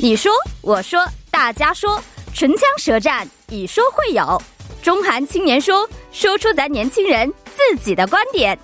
你说，我说，大家说，唇枪舌战，以说会友。中韩青年说，说出咱年轻人自己的观点。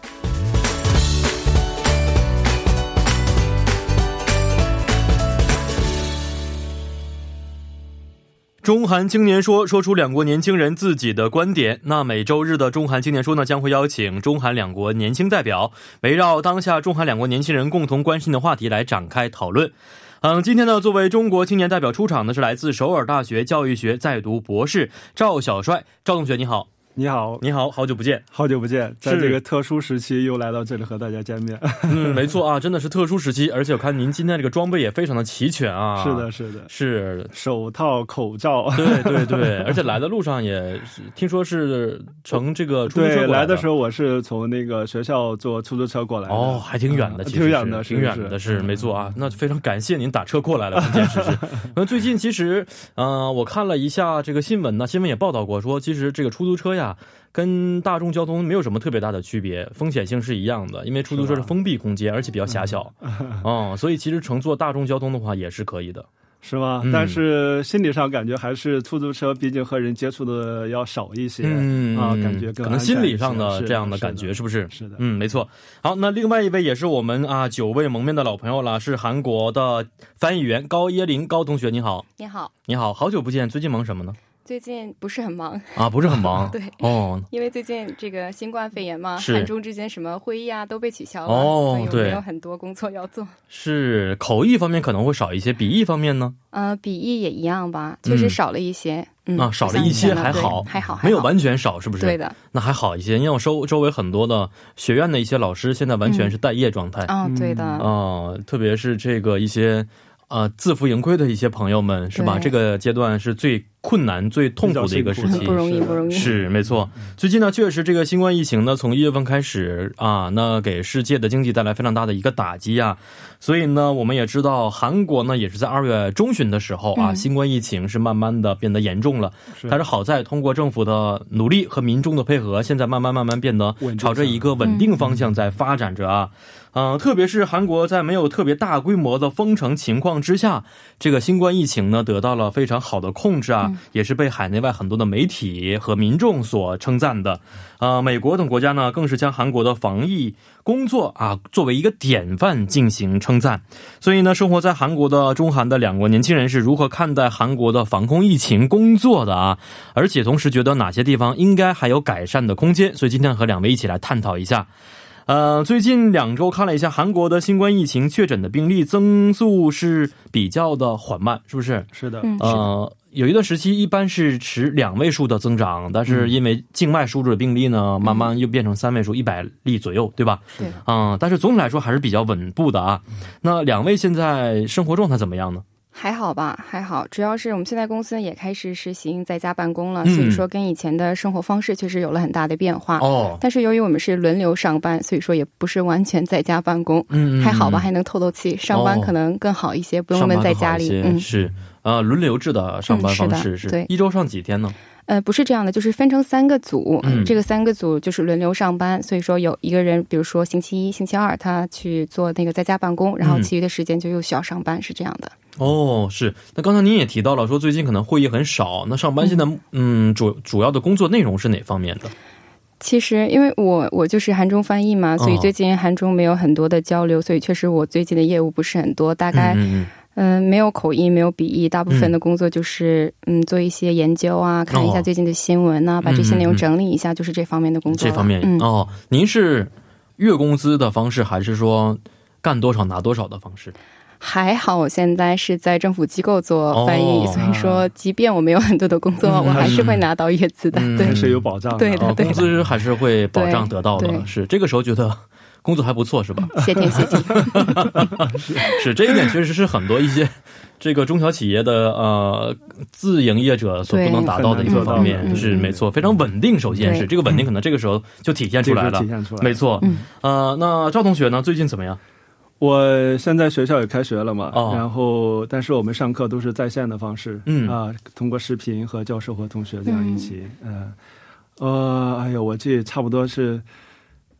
中韩青年说说出两国年轻人自己的观点。那每周日的中韩青年说呢，将会邀请中韩两国年轻代表，围绕当下中韩两国年轻人共同关心的话题来展开讨论。 嗯，今天呢，作为中国青年代表出场的是来自首尔大学教育学在读博士赵小帅，赵同学你好，你好，你好，好久不 见。好久不见，在是这个特殊时期又来到这里和大家见面。嗯，没错啊，真的是特殊时期，而且我看您今天这个装备也非常的齐全啊。 是的，，是的，是，手套、口罩。对对 对，而且来的路上也是听说是乘这个出租车 对，过来的的时候我是从那个学校坐出租车过来的。哦，还挺远的，嗯其实挺远的，嗯是挺远的，是没错啊。那非常感谢您打车过来了，关键 是是。那最近其实，嗯、我看了一下这个新闻呢，新闻也报道过说，其实这个出租车呀，跟大众交通没有什么特别大的区别，风险性是一样的，因为出租车是封闭空间，而且比较狭小， 嗯，所以其实乘坐大众交通的话也是可以的。是吗嗯？但是心理上感觉还是出租车，毕竟和人接触的要少一些嗯啊，感觉可更安能全一些心理上的是这样的感觉，是是不是？是的嗯，没错。好，那另外一位也是我们啊久未蒙面的老朋友了，是韩国的翻译员高耶林高同学，你好。你好，你好，好久不见，最近忙什么呢？最近不是很忙， 啊，不是很 忙。 对哦，因为最近这个新冠肺炎嘛，是韩中之间什么会议啊都被取消了，哦所以我对没有很多工作要做。是口译方面可能会少一些，笔译方面呢？呃，笔译也一样吧，嗯确实少了一些。嗯，啊，少了一些，不像以前了还对好，还好，没有还好完全少，是不是？对，的。那还好一些，因为我周周围很多的学院的一些老师现在完全嗯是待业状态，哦，对的。嗯哦，特别是这个一些呃自负盈亏的一些朋友们，是吧？对这个阶段是最困难、最痛苦的一个时比较辛期苦嗯很。不容易，是的不容易。是没错，嗯最近呢，确实这个新冠疫情呢，从一月份开始啊，那给世界的经济带来非常大的一个打击啊。所以呢，我们也知道，韩国呢也是在二月中旬的时候啊，嗯新冠疫情是慢慢的变得严重了。是但是好在通过政府的努力和民众的配合，现在慢慢慢慢变得稳定朝着一个稳定方向在发展着啊。嗯、特别是韩国在没有特别大规模的封城情况之下，这个新冠疫情呢得到了非常好的控制啊，也是被海内外很多的媒体和民众所称赞的。呃，美国等国家呢更是将韩国的防疫工作啊作为一个典范进行称赞。所以呢，生活在韩国的中韩的两国年轻人是如何看待韩国的防控疫情工作的啊？而且同时觉得哪些地方应该还有改善的空间，所以今天和两位一起来探讨一下。呃，最近两周看了一下韩国的新冠疫情确诊的病例增速是比较的缓慢，是不是？是的，嗯，是呃，有一段时期一般是持两位数的增长，但嗯是因为境外输入的病例呢，慢慢又变成三位数，一百例左右，对吧？是的。嗯，但是总体来说还是比较稳步的啊。那两位现在生活状态怎么样呢？还好吧，还好。主要是我们现在公司也开始实行在家办公了，嗯所以说跟以前的生活方式确实有了很大的变化。哦，但是由于我们是轮流上班，所以说也不是完全在家办公。嗯，还好吧，嗯还能透透气。上班哦可能更好一些，不上用班闷在更好家一里些。嗯，是呃，轮流制的上班嗯是的方式是，对一周上几天呢？呃，不是这样的，就是分成三个组，嗯这个三个组就是轮流上班。所以说有一个人，比如说星期一、星期二他去做那个在家办公，然后嗯其余的时间就又需要上班，是这样的。哦，是。那刚才您也提到了，说最近可能会议很少。那上班现在，嗯，主主要的工作内容是哪方面的？其实，因为我我就是韩中翻译嘛，所以哦最近韩中没有很多的交流，所以确实我最近的业务不是很多，大概嗯嗯嗯、没有口译，没有笔译，大部分的工作就是嗯做一些研究啊，看一嗯哦下最近的新闻呐、把这些内容整理一下，就是这方面的工嗯，作这了。方面、嗯，哦，您是月工资的方式，还是说干多少拿多少的方式？还好我现在是在政府机构做翻译，哦所以说即便我没有很多的工作，嗯我还是会拿到月资的。嗯对还，是有保障的。对的哦，对工资还是会保障得到对的。对是这个时候觉得工作还不错，是吧？谢天 谢地。是这一点确实是很多一些这个中小企业的呃自营业者所不能达到的一个方对很面，难是嗯没错，非常稳定。首先是对这个稳定，可能这个时候就体现出 这来个了体，现出来，没。错。嗯呃，那赵同学呢？最近怎么样？我现在学校也开学了嘛，哦然后但是我们上课都是在线的方式，嗯啊、通过视频和教呃授和同学这样一起，嗯、呃，哎呦，我这差不多是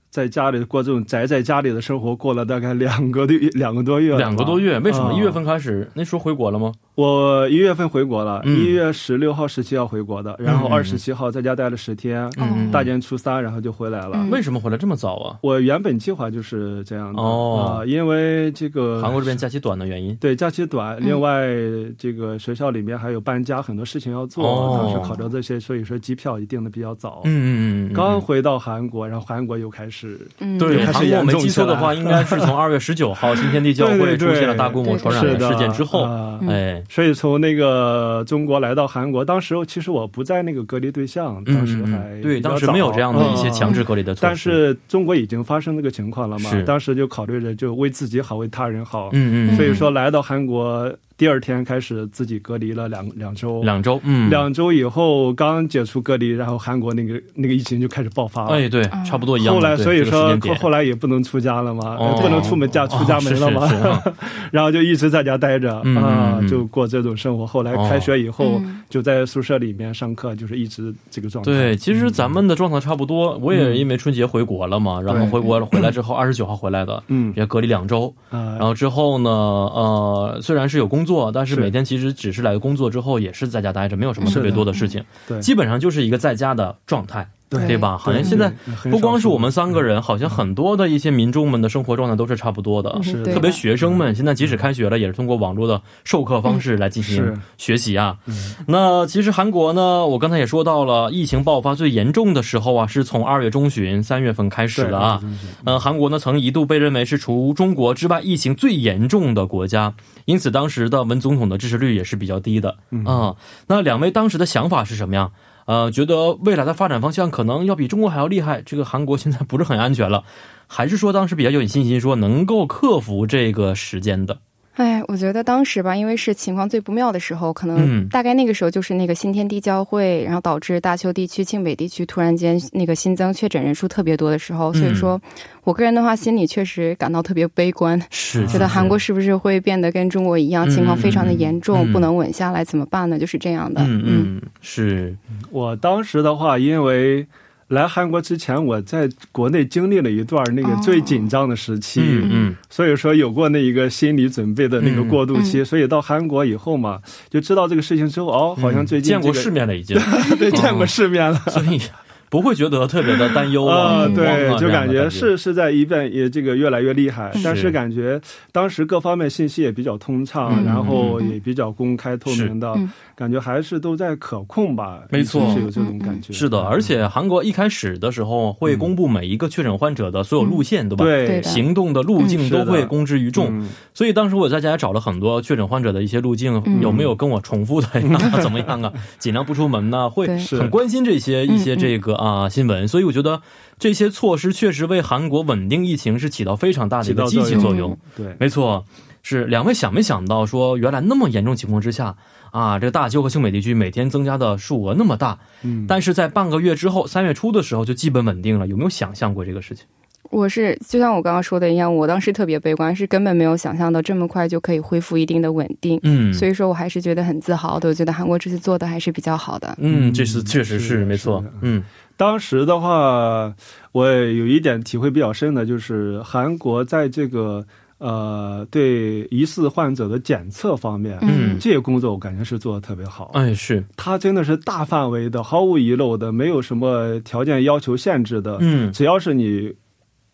在家里过这种宅在家里的生活，过了大概两个多两个多月了吧， 两个多月，为什么嗯一月份开始？那时候回国了吗？我一月份回国了，一、嗯月十六号、十七号回国的，然后嗯嗯二十七号在家待了十天，嗯大年初三然后就回来了。嗯为什么回来这么早啊？我原本计划就是这样的哦啊因为这个韩国这边假期短的原因。对假期短，嗯另外这个学校里面还有搬家，很多事情要做，哦当时考虑到这些，所以说机票也订的比较早。嗯嗯嗯嗯，刚回到韩国，然后韩国又开始嗯，对，韩开始国我严没重记错起的来 话，了应该是从二月十九号新天地教会对对出对现了大规模传染是的的事件之后，啊嗯哎，所以从那个中国来到韩国，当时其实我不在那个隔离对象，当时还、嗯嗯嗯对，当时没有这样的一些强制。制隔离的措嗯但施，是中国已经发生这个情况了嘛是？当时就考虑着就为自己好，为他人好。嗯嗯，所以说来到韩国第二天开始自己隔离了两两周，两周，嗯，两周以后刚解除隔离，然后韩国那个那个疫情就开始爆发了。哎对，嗯差不多一样后的。来，对所这以个时说间点后来也不能出家了嘛，哦不能出门家出家门了嘛，哦是是是啊 然后就一直在家待着啊、嗯嗯哦嗯就过这种生活。后来开学以后、嗯就在宿舍里面上课，就是一直这个状态。对，其实嗯咱们的状态差不多，我也因为春节回国了嘛，然后回国了回来之 后，二十九号回来的，嗯也隔离两周。啊、然后之后呢，呃，虽然是有工作，但是是每天其实只是来工作之后也是在家待着，没有什么特别多的事情，嗯对基本上就是一个在家的状态，对对吧？好像对现在对很不光少嗯是数我们三个人，好像很多的一些民众们的生活状态都是差不多的。嗯是对特别的学生们现在即使开学了，也是通过网络的授课方式来进行是学习啊。那其实韩国呢，我刚才也说到了，疫情爆发最严重的时候啊，是从二月中旬、三月份开始的啊。呃，韩国呢曾一度被认为是除中国之外疫情最严重的国家，因此当时的文总统的支持率也是比较低的啊、那两位当时的想法是什么呀？呃，觉得未来的发展方向可能要比中国还要厉害，这个韩国现在不是很安全了，还是说当时比较有信心，说能够克服这个时间的？哎，我觉得当时吧，因为是情况最不妙的时候，可嗯能大概那个时候就是那个新天地教会，然后导致大邱地区、庆北地区突然间那个新增确诊人数特别多的时候，所嗯以说我个人的话，心里确实感到特别悲观，啊是觉得韩国是不是会变得跟中国一样，情况非常的严重，嗯嗯不能稳下来，怎么办呢？就是这样的。嗯嗯是我当时的话，因为来韩国之前，我在国内经历了一段那个最紧张的时期，嗯嗯所以说有过那一个心理准备的那个过渡期。嗯嗯所以到韩国以后嘛，就知道这个事情之后，哦，好像最嗯近、见这过个、世面了已经， 面， 对，见过世面了。所以不会觉得特别的担忧啊，啊、恐慌啊对，就这样的感感觉是是在一遍也这个越来越厉害嗯，但是是感觉当时各方面信息也比较通畅，嗯然后嗯嗯也比较公开透明的，嗯感觉还是都在可控吧，没错嗯是有嗯这种感觉。是的，而且韩国一开始的时候会公布每一个确诊患者的所有路线，对吧？嗯对对的行动的路径嗯是都的会公之于众，嗯所以当时我在家也找了很多确诊患者的一些路径，嗯有没有跟我重复 的呀？怎么样啊？尽量不出门呐、会对嗯是很关心这些一些这个啊新闻，所以我觉得这些措施确实为韩国稳定疫情是起到非常大的一个起积到极作作用用嗯。对，没错，是两位想没想到说，原来那么严重情况之下啊，这个大邱和庆北地区每天增加的数额那么大，嗯但是在半个月之后，三月初的时候就基本稳定了，有没有想象过这个事情？我是就像我刚刚说的一样，我当时特别悲观，是根本没有想象到这么快就可以恢复一定的稳定。嗯所以说我还是觉得很自豪的，我觉得韩国这次做的还是比较好的。嗯，这是确实是是的没错是的，嗯当时的话，我有一点体会比较深的，就是韩国在这个呃对疑似患者的检测方面，嗯，这个工作我感觉是做的特别好。哎是，它真的是大范围的、毫无遗漏的，没有什么条件要求限制的，嗯只要是你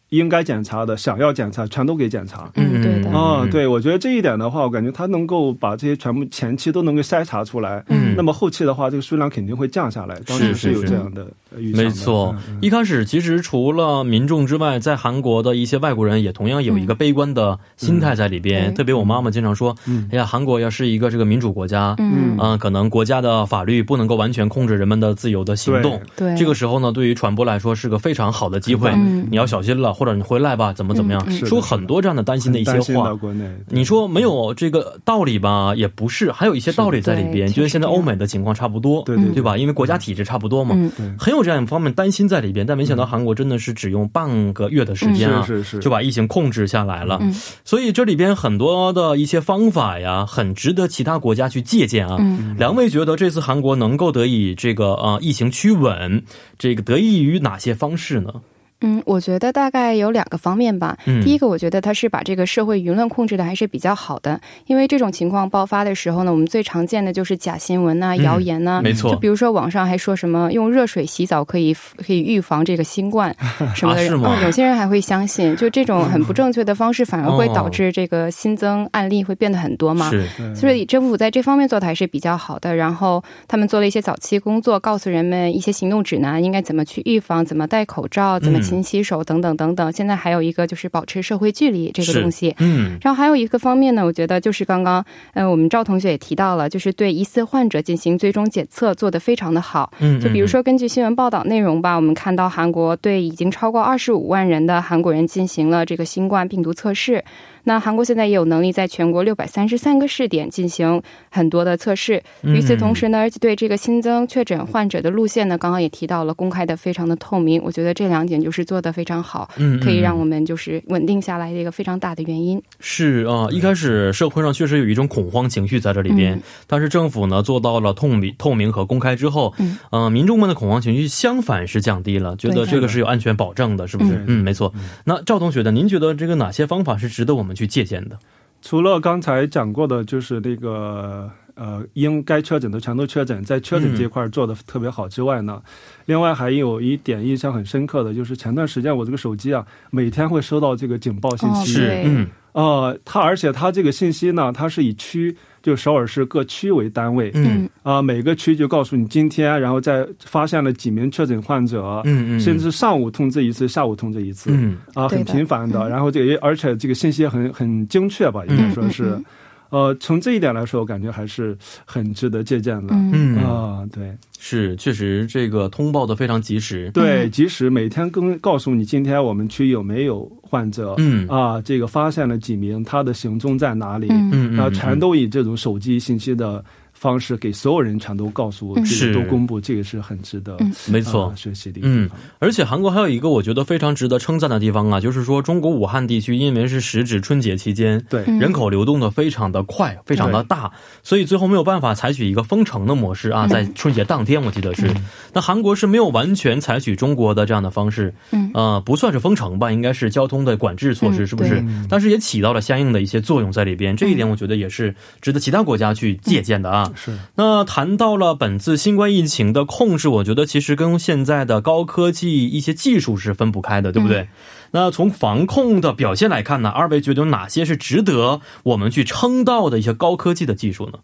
应该检查的、想要检查，全都给检查。嗯对的啊、嗯对，我觉得这一点的话，我感觉它能够把这些全部前期都能够筛查出来，嗯那么后期的话，这个数量肯定会降下来。当时是是有是这样的呃预想的，没错嗯，一开始其实除了民众之外，在韩国的一些外国人也同样有一个悲观的心态在里边。嗯特别我妈妈经常说：“哎呀，韩国要是一个这个民主国家，嗯，嗯、可能国家的法律不能够完全控制人们的自由的行动。对，这个时候呢，对于传播来说是个非常好的机会。嗯你要小心了，或者你回来吧，怎么怎么样，嗯嗯是的说很多这样的担心的一担些心话到。国内，你说没有这个道理吧，也不是，还有一些道理在里边，是的对就跟现在欧美的情况差不多，对对对对吧？因为国家体制差不多嘛，嗯对，很有这样一方面担心在里边，但没想到韩国真的是只用半个月的时间啊，嗯是是是，就把疫情控制下来了。嗯所以这里边很多的一些方法呀，很值得其他国家去借鉴啊。嗯两位觉得这次韩国能够得以这个呃疫情趋稳，这个得益于哪些方式呢？嗯，我觉得大概有两个方面吧。嗯第一个，我觉得它是把这个社会舆论控制的还是比较好的，因为这种情况爆发的时候呢，我们最常见的就是假新闻呐、嗯谣言呐、没错就比如说网上还说什么用热水洗澡可以可以预防这个 新冠什么的，啊是吗嗯有些人还会相信，就这种很不正确的方式反而会哦导致这个新增案例会变得很多嘛。是，对所以政府在这方面做的还是比较好的。然后他们做了一些早期工作，告诉人们一些行动指南，应该怎么去预防，怎么戴口罩，怎么勤洗手等等等等。现在还有一个就是保持社会距离这是个东西。嗯，然后还有一个方面呢，我觉得就是刚刚，呃，我们赵同学也提到了，就是对疑似患者进行追踪检测做得非常的好。嗯，就比如说，根据新闻报道内容吧，我们看到韩国对已经超过二十五万人的韩国人进行了这个新冠病毒测试。那韩国现在也有能力在全国六百三十三个试点进行很多的测试。嗯与此同时呢，而且对这个新增确诊患者的路线呢，刚刚也提到了，公开的非常的透明。我觉得这两点就是做得非常好，嗯，嗯可以让嗯我们就是稳定下来的一个非常大的原因。是啊、一开始社会上确实有一种恐慌情绪在这里边，嗯但是政府呢做到了透明、透明和公开之后，嗯嗯、民众们的恐慌情绪相反是降低了，觉得对这个是有安全保障的，是不是？嗯，嗯没错。那赵同学呢？您觉得这个哪些方法是值得我们去借鉴的？除了刚才讲过的，就是那个呃，应该确诊的全都确诊，在确诊这块儿做的特别好之外呢，另外还有一点印象很深刻的就是前段时间我这个手机啊，每天会收到这个警报信哦息，对嗯呃，它而且它这个信息呢，它是以区，就首尔市各区为单位。嗯啊、每个区就告诉你今天，然后再发现了几名确诊患者，嗯嗯，甚至上午通知一次，下午通知一次，嗯啊，很对的频繁的。嗯然后这个也而且这个信息也很很精确吧，应该说是，嗯呃，从这一点来说，我感觉还是很值得借鉴的。嗯嗯啊、嗯，对是确实这个通报的非常及时。嗯对，即使每天更告诉你今天我们区有没有患者，嗯啊，这个发现了几名，他的行踪在哪里，嗯嗯嗯，啊，嗯全都以这种手机信息的方式给所有人全都告诉，嗯这是个都公布，这个是很值得。嗯没错。嗯啊学习的一个地方。而且韩国还有一个我觉得非常值得称赞的地方啊，就是说中国武汉地区因为是时值春节期间，对嗯人口流动的非常的快，非常的大，所以最后没有办法采取一个封城的模式啊，嗯在春节当天我记得是，那韩国是没有完全采取中国的这样的方式，嗯呃，不算是封城吧，应该是交通的管制措施，嗯是不是对？嗯但是也起到了相应的一些作用在里边，这一点我觉得也是值得其他国家去借鉴的啊。是那谈到了本次新冠疫情的控制，我觉得其实跟现在的高科技一些技术是分不开的，对不对？嗯那从防控的表现来看呢，二位觉得有哪些是值得我们去称道的一些高科技的技术呢？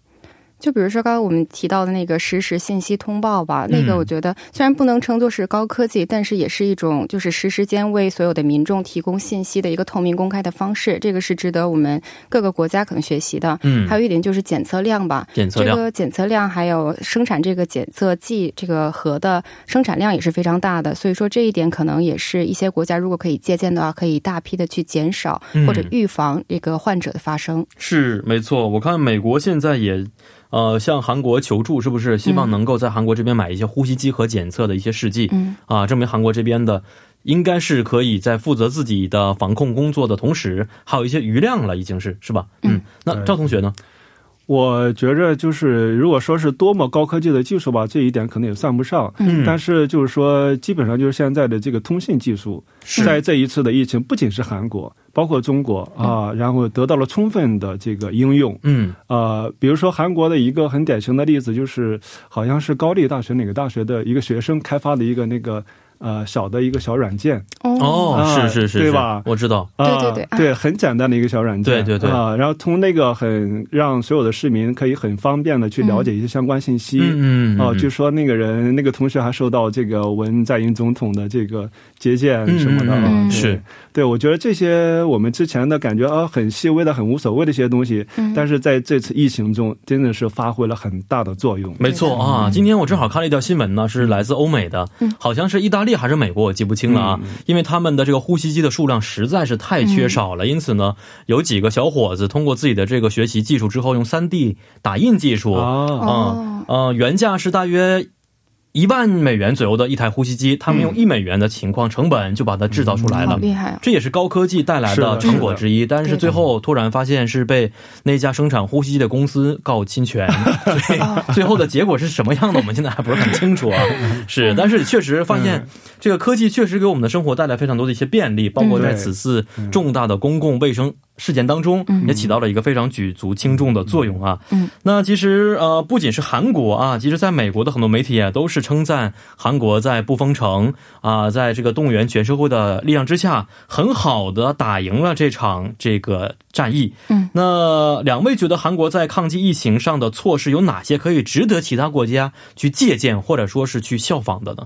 就比如说刚刚我们提到的那个实时信息通报吧，嗯那个我觉得虽然不能称作是高科技，但是也是一种就是实时间为所有的民众提供信息的一个透明公开的方式，这个是值得我们各个国家可能学习的。嗯还有一点就是检测量吧，检测量这个检测量还有生产这个检测剂这个盒的生产量也是非常大的，所以说这一点可能也是一些国家如果可以借鉴的话，可以大批的去减少嗯或者预防这个患者的发生。是没错，我看美国现在也。呃，向韩国求助是不是希望能够在韩国这边买一些呼吸机和检测的一些试剂？嗯，啊，证明韩国这边的应该是可以在负责自己的防控工作的同时，还有一些余量了，已经是是吧？嗯，那对赵同学呢？我觉着就是，如果说是多么高科技的技术吧，这一点可能也算不上。嗯但是就是说，基本上就是现在的这个通信技术，是在这一次的疫情，不仅是韩国，包括中国啊，然后得到了充分的这个应用。嗯呃，比如说韩国的一个很典型的例子，就是好像是高丽大学哪个大学的一个学生开发的一个那个呃小的一个小软件，哦，啊是是是，对是吧我知道，啊，对对对对，很简单的一个小软件，对对对啊，然后从那个很让所有的市民可以很方便的去了解一些相关信息。嗯嗯，哦，据是说那个人，那个同学还受到这个文在寅总统的这个接见什么的啊、嗯嗯嗯对是，对，我觉得这些我们之前的感觉啊，很细微的、很无所谓的一些东西，嗯但是在这次疫情中，真的是发挥了很大的作用。没错啊。今天我正好看了一条新闻呢，是来自欧美的，好像是意大利还是美国，我记不清了啊。嗯因为他们的这个呼吸机的数量实在是太缺少了，因此呢，有几个小伙子通过自己的这个学习技术之后，用 3D 打印技术，啊，啊哦呃，原价是大约一万美元左右的一台呼吸机，他们用一美元的情况成本就把它制造出来了。好厉害啊！这也嗯是高科技带来的成果之一，但是最后突然发现是被那家生产呼吸机的公司告侵 权，所以最后的结果是什么样的，我们现在还不是很清 楚啊。是，但是确实发现这个科技确实给我们的生活带来非常多的一些便利，包括在此次重大的公共卫生事件当中，也起到了一个非常举足轻重的作用啊。嗯，那其实呃，不仅是韩国啊，其实在美国的很多媒体也都是称赞韩国在不封城啊、在这个动员全社会的力量之下，很好的打赢了这场这个战役。嗯，那两位觉得韩国在抗击疫情上的措施有哪些可以值得其他国家去借鉴或者说是去效仿的呢？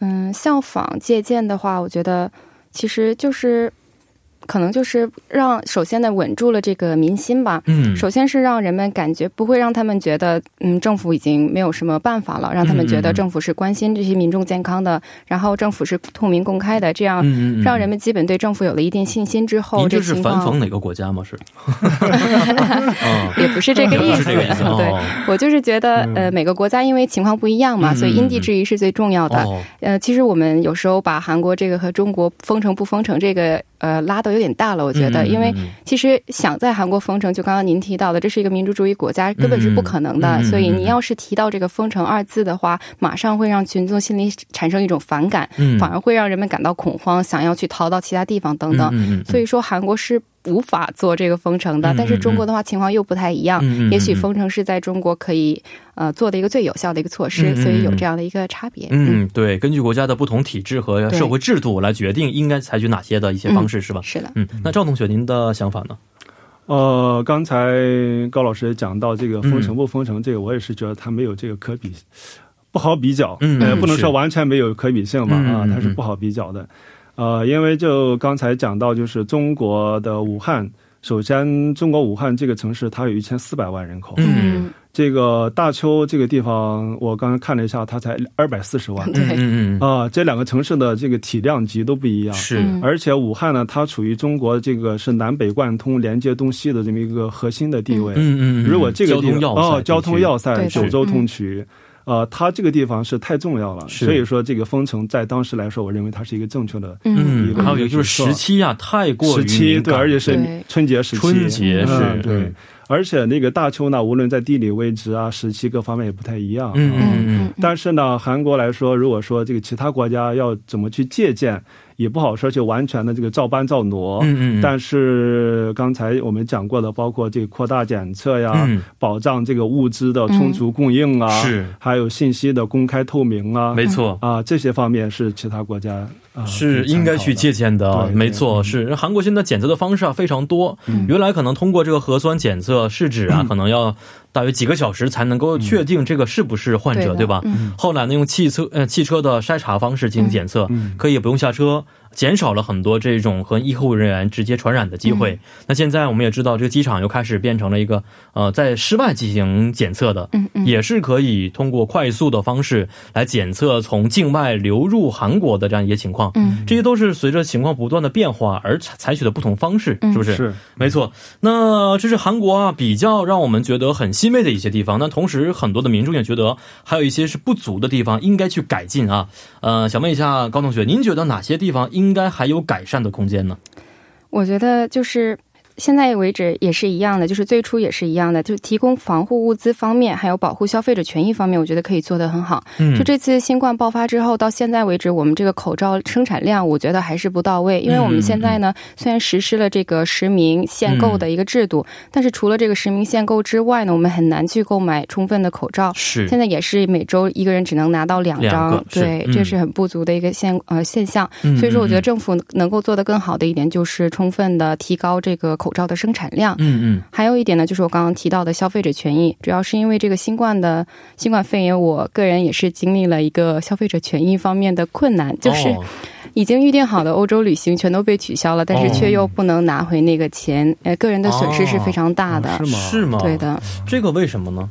嗯，效仿借鉴的话，我觉得其实就是可能就是让首先呢稳住了这个民心吧。嗯首先是让人们感觉不会让他们觉得，嗯，政府已经没有什么办法了，让他们觉嗯嗯得嗯政府是关心这些民众健康的，然后政府是透明公开的，这样嗯让人们基本对政府有了一定信心之后，您这这是情反讽况哪个国家吗？是，嗯，也不是这 个意是思，这个意思对。哦我就是觉得，呃，每个国家因为情况不一样嘛，嗯所以因地制宜是最重要的。哦，呃，其实我们有时候把韩国这个和中国封城不封城这个呃拉的有点大了，我觉得，嗯因为嗯嗯其实想在韩国封城，就刚刚您提到的，这是一个民主主义国家，根本是不可能的。嗯嗯嗯所以你要是提到这个封城二字的话，马上会让群众心里产生一种反感，嗯反而会让人们感到恐慌，想要去逃到其他地方等等。嗯嗯嗯所以说，韩国是无法做这个封城的嗯嗯，但是中国的话情况又不太一样。嗯嗯嗯也许封城是在中国可以呃做的一个最有效的一个措施，嗯嗯嗯所以有这样的一个差别。嗯，对，根据国家的不同体制和社会制度来决定应该采取哪些的一些方式，是吧？是的，嗯，那赵同学，您的想法呢？呃，刚才高老师也讲到这个封嗯城不封城，这个我也是觉得它没有这个可比，呃不好比较，嗯呃，不能是说完全没有可比性吧，嗯啊嗯，它是嗯不好比较的。呃，因为就刚才讲到，就是中国的武汉，首先中国武汉这个城市它有一千四百万人口，嗯这个大邱这个地方，我刚刚看了一下，它才二百四十万。对嗯嗯嗯，啊、这两个城市的这个体量级都不一样，是，嗯而且武汉呢，它处于中国这个是南北贯通、连接东西的这么一个核心的地位。嗯嗯，嗯如果这个交地通要方塞哦，交通要塞对、的九州通衢，呃，它这个地方是太重要了，是所以说这个封城在当时来说，我认为它是一个正确的嗯，还有一个就是时期啊，太过时于期，敏对，感而且是对春节时期，春节是嗯对嗯，而且那个大邱呢，无论在地理位置啊、时期各方面也不太一样，嗯啊嗯嗯但是呢，韩国来说，如果说这个其他国家要怎么去借鉴，也不好说就完全的这个照搬照挪。嗯嗯，但是刚才我们讲过的，包括这个扩大检测呀，嗯保障这个物资的充足供应啊，是还有信息的公开透明啊，没错。啊这些方面是其他国家啊、是应该去借鉴的，对对没错。嗯是韩国现在检测的方式啊非常多，嗯原来可能通过这个核酸检测试纸嗯啊，可能要大约几个小时才能够确定这个是不是患者，的对吧？嗯后来呢，用汽车呃汽车的筛查方式进行检测，嗯可以不用下车，减少了很多这种和医护人员直接传染的机嗯会。那现在我们也知道，这个机场又开始变成了一个呃在室外进行检测的，嗯嗯，也是可以通过快速的方式来检测从境外流入韩国的这样一些情况。嗯这些都是随着情况不断的变化而采采取的不同方式，嗯是不是？是没错，那这是韩国啊，比较让我们觉得很欣慰的一些地方。那同时，很多的民众也觉得还有一些是不足的地方，应该去改进啊。呃，想问一下高同学，您觉得哪些地方应该还有改善的空间呢？我觉得就是。现在为止也是一样的，就是最初也是一样的，就是提供防护物资方面，还有保护消费者权益方面，我觉得可以做得很好。嗯就这次新冠爆发之后，到现在为止，我们这个口罩生产量，我觉得还是不到位。因为我嗯们现在呢，虽然实施了这个实名限购的一个制度，但是除了这个实名限购之外呢，我们很难去购买充分的口罩。是现在也是每周一个人只能拿到两两张，个是对，嗯这是很不足的一个现呃现象。所以说，我觉得政府能够做得更好的一点，就是充分的提高这个口罩的生产量。嗯嗯还有一点呢，就是我刚刚提到的消费者权益，主要是因为这个新冠的新冠肺炎，我个人也是经历了一个消费者权益方面的困难，就是哦已经预定好的欧洲旅行全都被取消了，但是哦却又不能拿回那个钱，呃，个人的损失是非常大的。哦是吗啊是吗？对，的，这个为什么呢？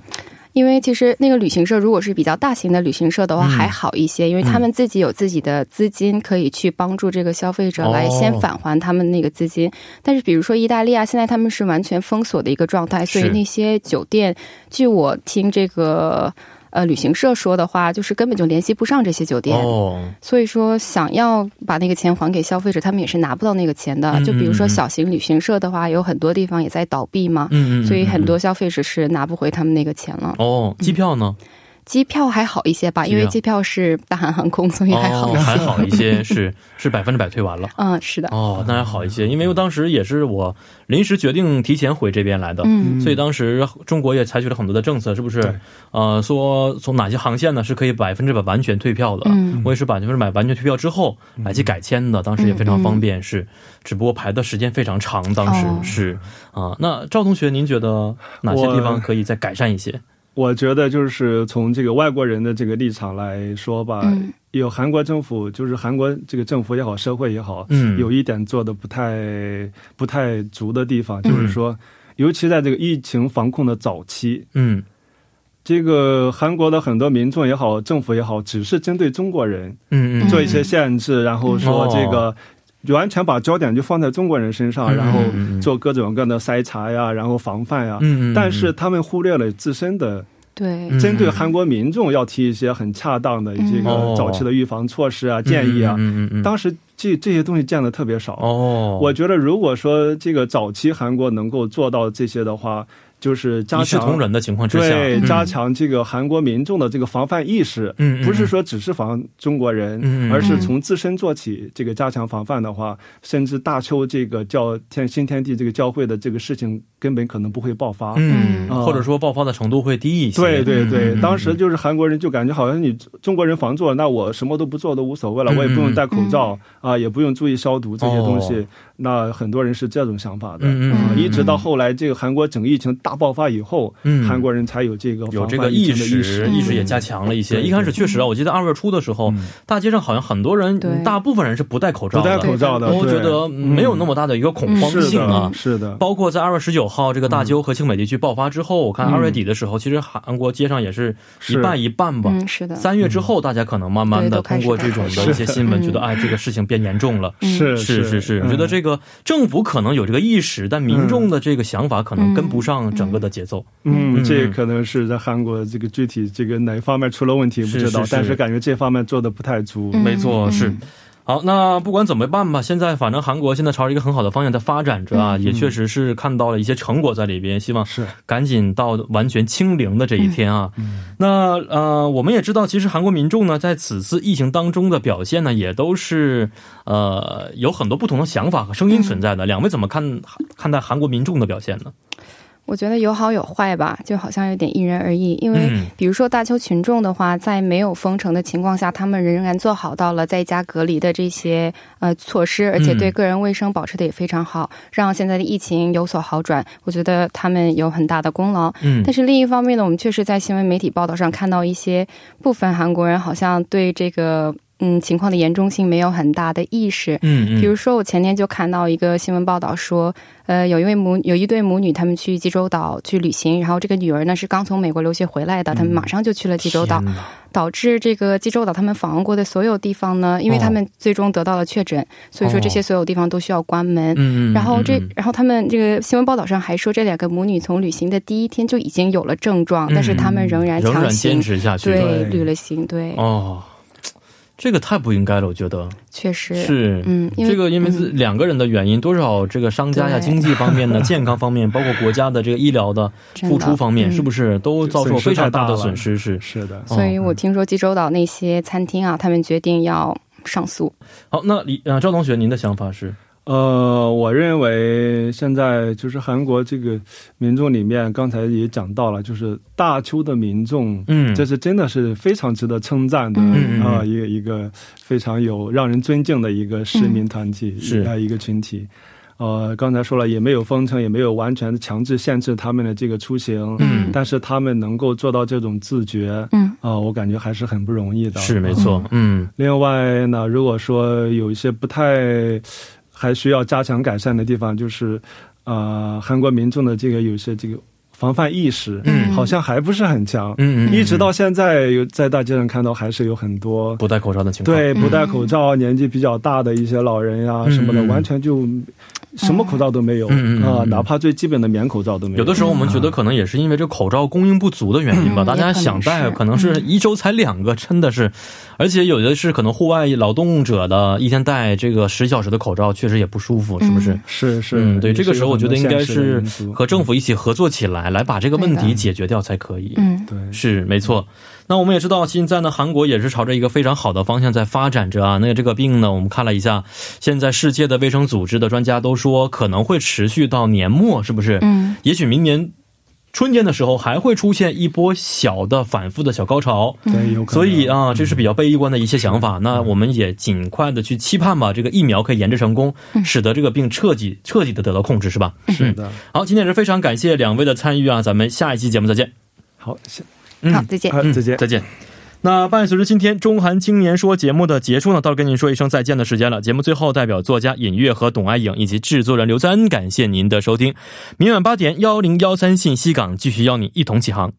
因为其实那个旅行社如果是比较大型的旅行社的话嗯还好一些，因为他们自己有自己的资金可以去帮助这个消费者来哦先返还他们那个资金。但是比如说意大利啊，现在他们是完全封锁的一个状态，所以是那些酒店，据我听这个。呃旅行社说的话，就是根本就联系不上这些酒店。哦，所以说，想要把那个钱还给消费者，他们也是拿不到那个钱的。嗯就比如说小型旅行社的话，有很多地方也在倒闭嘛，嗯嗯，所以很多消费者是拿不回他们那个钱了。哦，机票呢？机票还好一些吧，机票因为机票是大韩航空，所以嗯还好哦一些。还好一些，是 是百分之百退完了。嗯，是的，哦，那还好一些，因为当时也是我临时决定提前回这边来的，嗯所以当时中国也采取了很多的政策，是不对是？呃，说从哪些航线呢是可以百分之百完全退票的？嗯我也是百分之百完全退票之后来去改签的，当时也非常方便，是，只不过排的时间非常长，当时、嗯哦是啊、那赵同学，您觉得哪些地方可以再改善一些？我觉得就是从这个外国人的这个立场来说吧，嗯有韩国政府，就是韩国这个政府也好，社会也好，嗯有一点做的不太不太足的地方，嗯就是说，尤其在这个疫情防控的早期，嗯，这个韩国的很多民众也好，政府也好，只是针对中国人嗯嗯，做一些限制，然后说这个。完全把焦点就放在中国人身上，嗯啊然后嗯嗯做各种各样的筛查呀，然后防范呀。嗯嗯嗯啊但是他们忽略了自身的对，嗯针对韩国民众要提一些很恰当的这嗯个早期的预防措施啊、建议啊。嗯嗯嗯嗯，当时这这些东西见的特别少。哦，我觉得如果说这个早期韩国能够做到这些的话，就是加一视同强仁的情况之下，对嗯加强这个韩国民众的这个防范意识。嗯，嗯不是说只是防中国人，嗯嗯而是从自身做起，这个加强防范的话，甚至大邱这个叫天新天地这个教会的这个事情根本可能不会爆发。嗯，啊或者说爆发的程度会低一些。对对嗯对，嗯当时就是韩国人就感觉好像你中国人防做，那我什么都不做都无所谓嗯了，我也不用戴口罩啊，也不用注意消毒这些东哦西。那很多人是这种想法的嗯嗯啊嗯，一直到后来这个韩国整个疫情大爆发以后嗯，韩国人才有这个有防这个范意疫情的识，意识。嗯意识也加强了一些。对对嗯一开始确实啊，我记得二月初的时候，大街上好像很多人，对大部分人是不戴口罩不戴的。口罩的，我觉对嗯得嗯没有那么大的一个嗯恐慌是性啊的，。嗯是的，包括在二月十九号这个大邱和庆美地区爆发之后，我看二月底的时候，其实韩国街上也是一嗯是半一半吧。嗯，是的，三月之后，大家可能慢慢对的都开通始嗯过这种的一些新闻，觉得哎，这个事情变严重了。是 嗯是是是，嗯我觉得这个政府可能有这个意识，但民众的这个想法可能跟嗯不上整个的节奏。嗯，这嗯可能是在韩国这个具体这个哪方面出了问题不是知道是，但是是感觉这方面做的不太足。嗯没错，嗯是。好，那不管怎么办吧，现在反正韩国现在朝着一个很好的方向在发展着嗯啊，也确实是看到了一些成果在里边，希望是赶紧到完全清零的这一天啊。嗯那呃，我们也知道，其实韩国民众呢，在此次疫情当中的表现呢，也都是呃有很多不同的想法和声音存嗯在的。两位怎么看看待韩国民众的表现呢？我觉得有好有坏吧，就好像有点因人而异。因为嗯比如说大邱群众的话，在没有封城的情况下，他们仍然做好到了在家隔离的这些呃措施，而且嗯对个人卫生保持的也非常好，让现在的疫情有所好转。我觉得他们有很大的功劳。嗯但是另一方面呢，我们确实在新闻媒体报道上看到一些部分韩国人好像对这个嗯情况的严重性没有很大的意识，嗯嗯，比如说，我前天就看到一个新闻报道说，呃，有一位母有一对母女，他们去济州岛去旅行，然后这个女儿呢是刚从美国留学回来的，他们马上就去了济州岛，嗯天哪导致这个济州岛他们访问过的所有地方呢，哦因为他们最终得到了确诊，所以说这些所有地方都需要关门。嗯嗯，然后这嗯，然后他们这个新闻报道上还说，这两个母女从旅行的第一天就已经有了症状，但是他们仍然嗯仍强然坚行持下去，对对旅了行，对，嗯哦，这个太不应该了，我觉得确实，是。嗯，因为这个因为是两个人的原因，多少这个商家呀、对经济方面 呢、健康方面，包括国家的这个医疗的真付的出方面，嗯是不是都遭受非常大的损失？是。哦嗯是的，所以我听说济州岛那些餐厅啊，他们决定要上诉。好，那李呃赵同学，您的想法是？呃，我认为现在就是韩国这个民众里面，刚才也讲到了，就是大邱的民众，嗯这是真的是非常值得称赞的啊、嗯嗯嗯一个一个非常有让人尊敬的一个市民团体，是啊、一个群体。呃，刚才说了，也没有封城，也没有完全地强制限制他们的这个出行，嗯但是他们能够做到这种自觉，嗯啊、我感觉还是很不容易的，是没错，嗯另外呢，如果说有一些不太还需要加强改善的地方，就是呃，韩国民众的这个有些这个防范意识，嗯好像还不是很强。嗯嗯，一直到现在有在大街上看到，还是有很多不戴口罩的情况，对不戴口罩、年纪比较大的一些老人呀、啊嗯什么的，嗯完全就什么口罩都没有啊、嗯嗯嗯嗯哪怕最基本的棉口罩都没有。有的时候我们觉得可能也是因为这口罩供应不足的原因吧，嗯大家想戴也可可能能是是一周才两个，真的是，而且有的是可能户外劳动者的一天戴这个十小时的口罩，确实也不舒服，是不是？嗯是是、嗯，对，也是这个时候我觉得应该有是很多现实的因素和政府一起合作起来，来把这个问对题的解决掉才可以。嗯对是没错。那我们也知道，现在呢，韩国也是朝着一个非常好的方向在发展着啊。那这个病呢，我们看了一下，现在世界的卫生组织的专家都说可能会持续到年末，是不是？嗯，也许明年春天的时候还会出现一波小的反复的小高潮。对有嗯可能。所以嗯啊，这是比较悲观的一些想法。那我们也尽快的去期盼吧，这个疫苗可以研制成功，嗯使得这个病彻底彻底的得到控制，是吧？是的，好，今天也是非常感谢两位的参与啊，咱们下一期节目再见。好，谢嗯好，再见。啊，再见。再见。那伴随着今天《中韩青年说》节目的结束呢，到了跟您说一声再见的时间了。节目最后，代表作家尹月和董爱颖以及制作人刘在恩，感谢您的收听。明晚八点幺零幺三信息港继续邀你一同起航。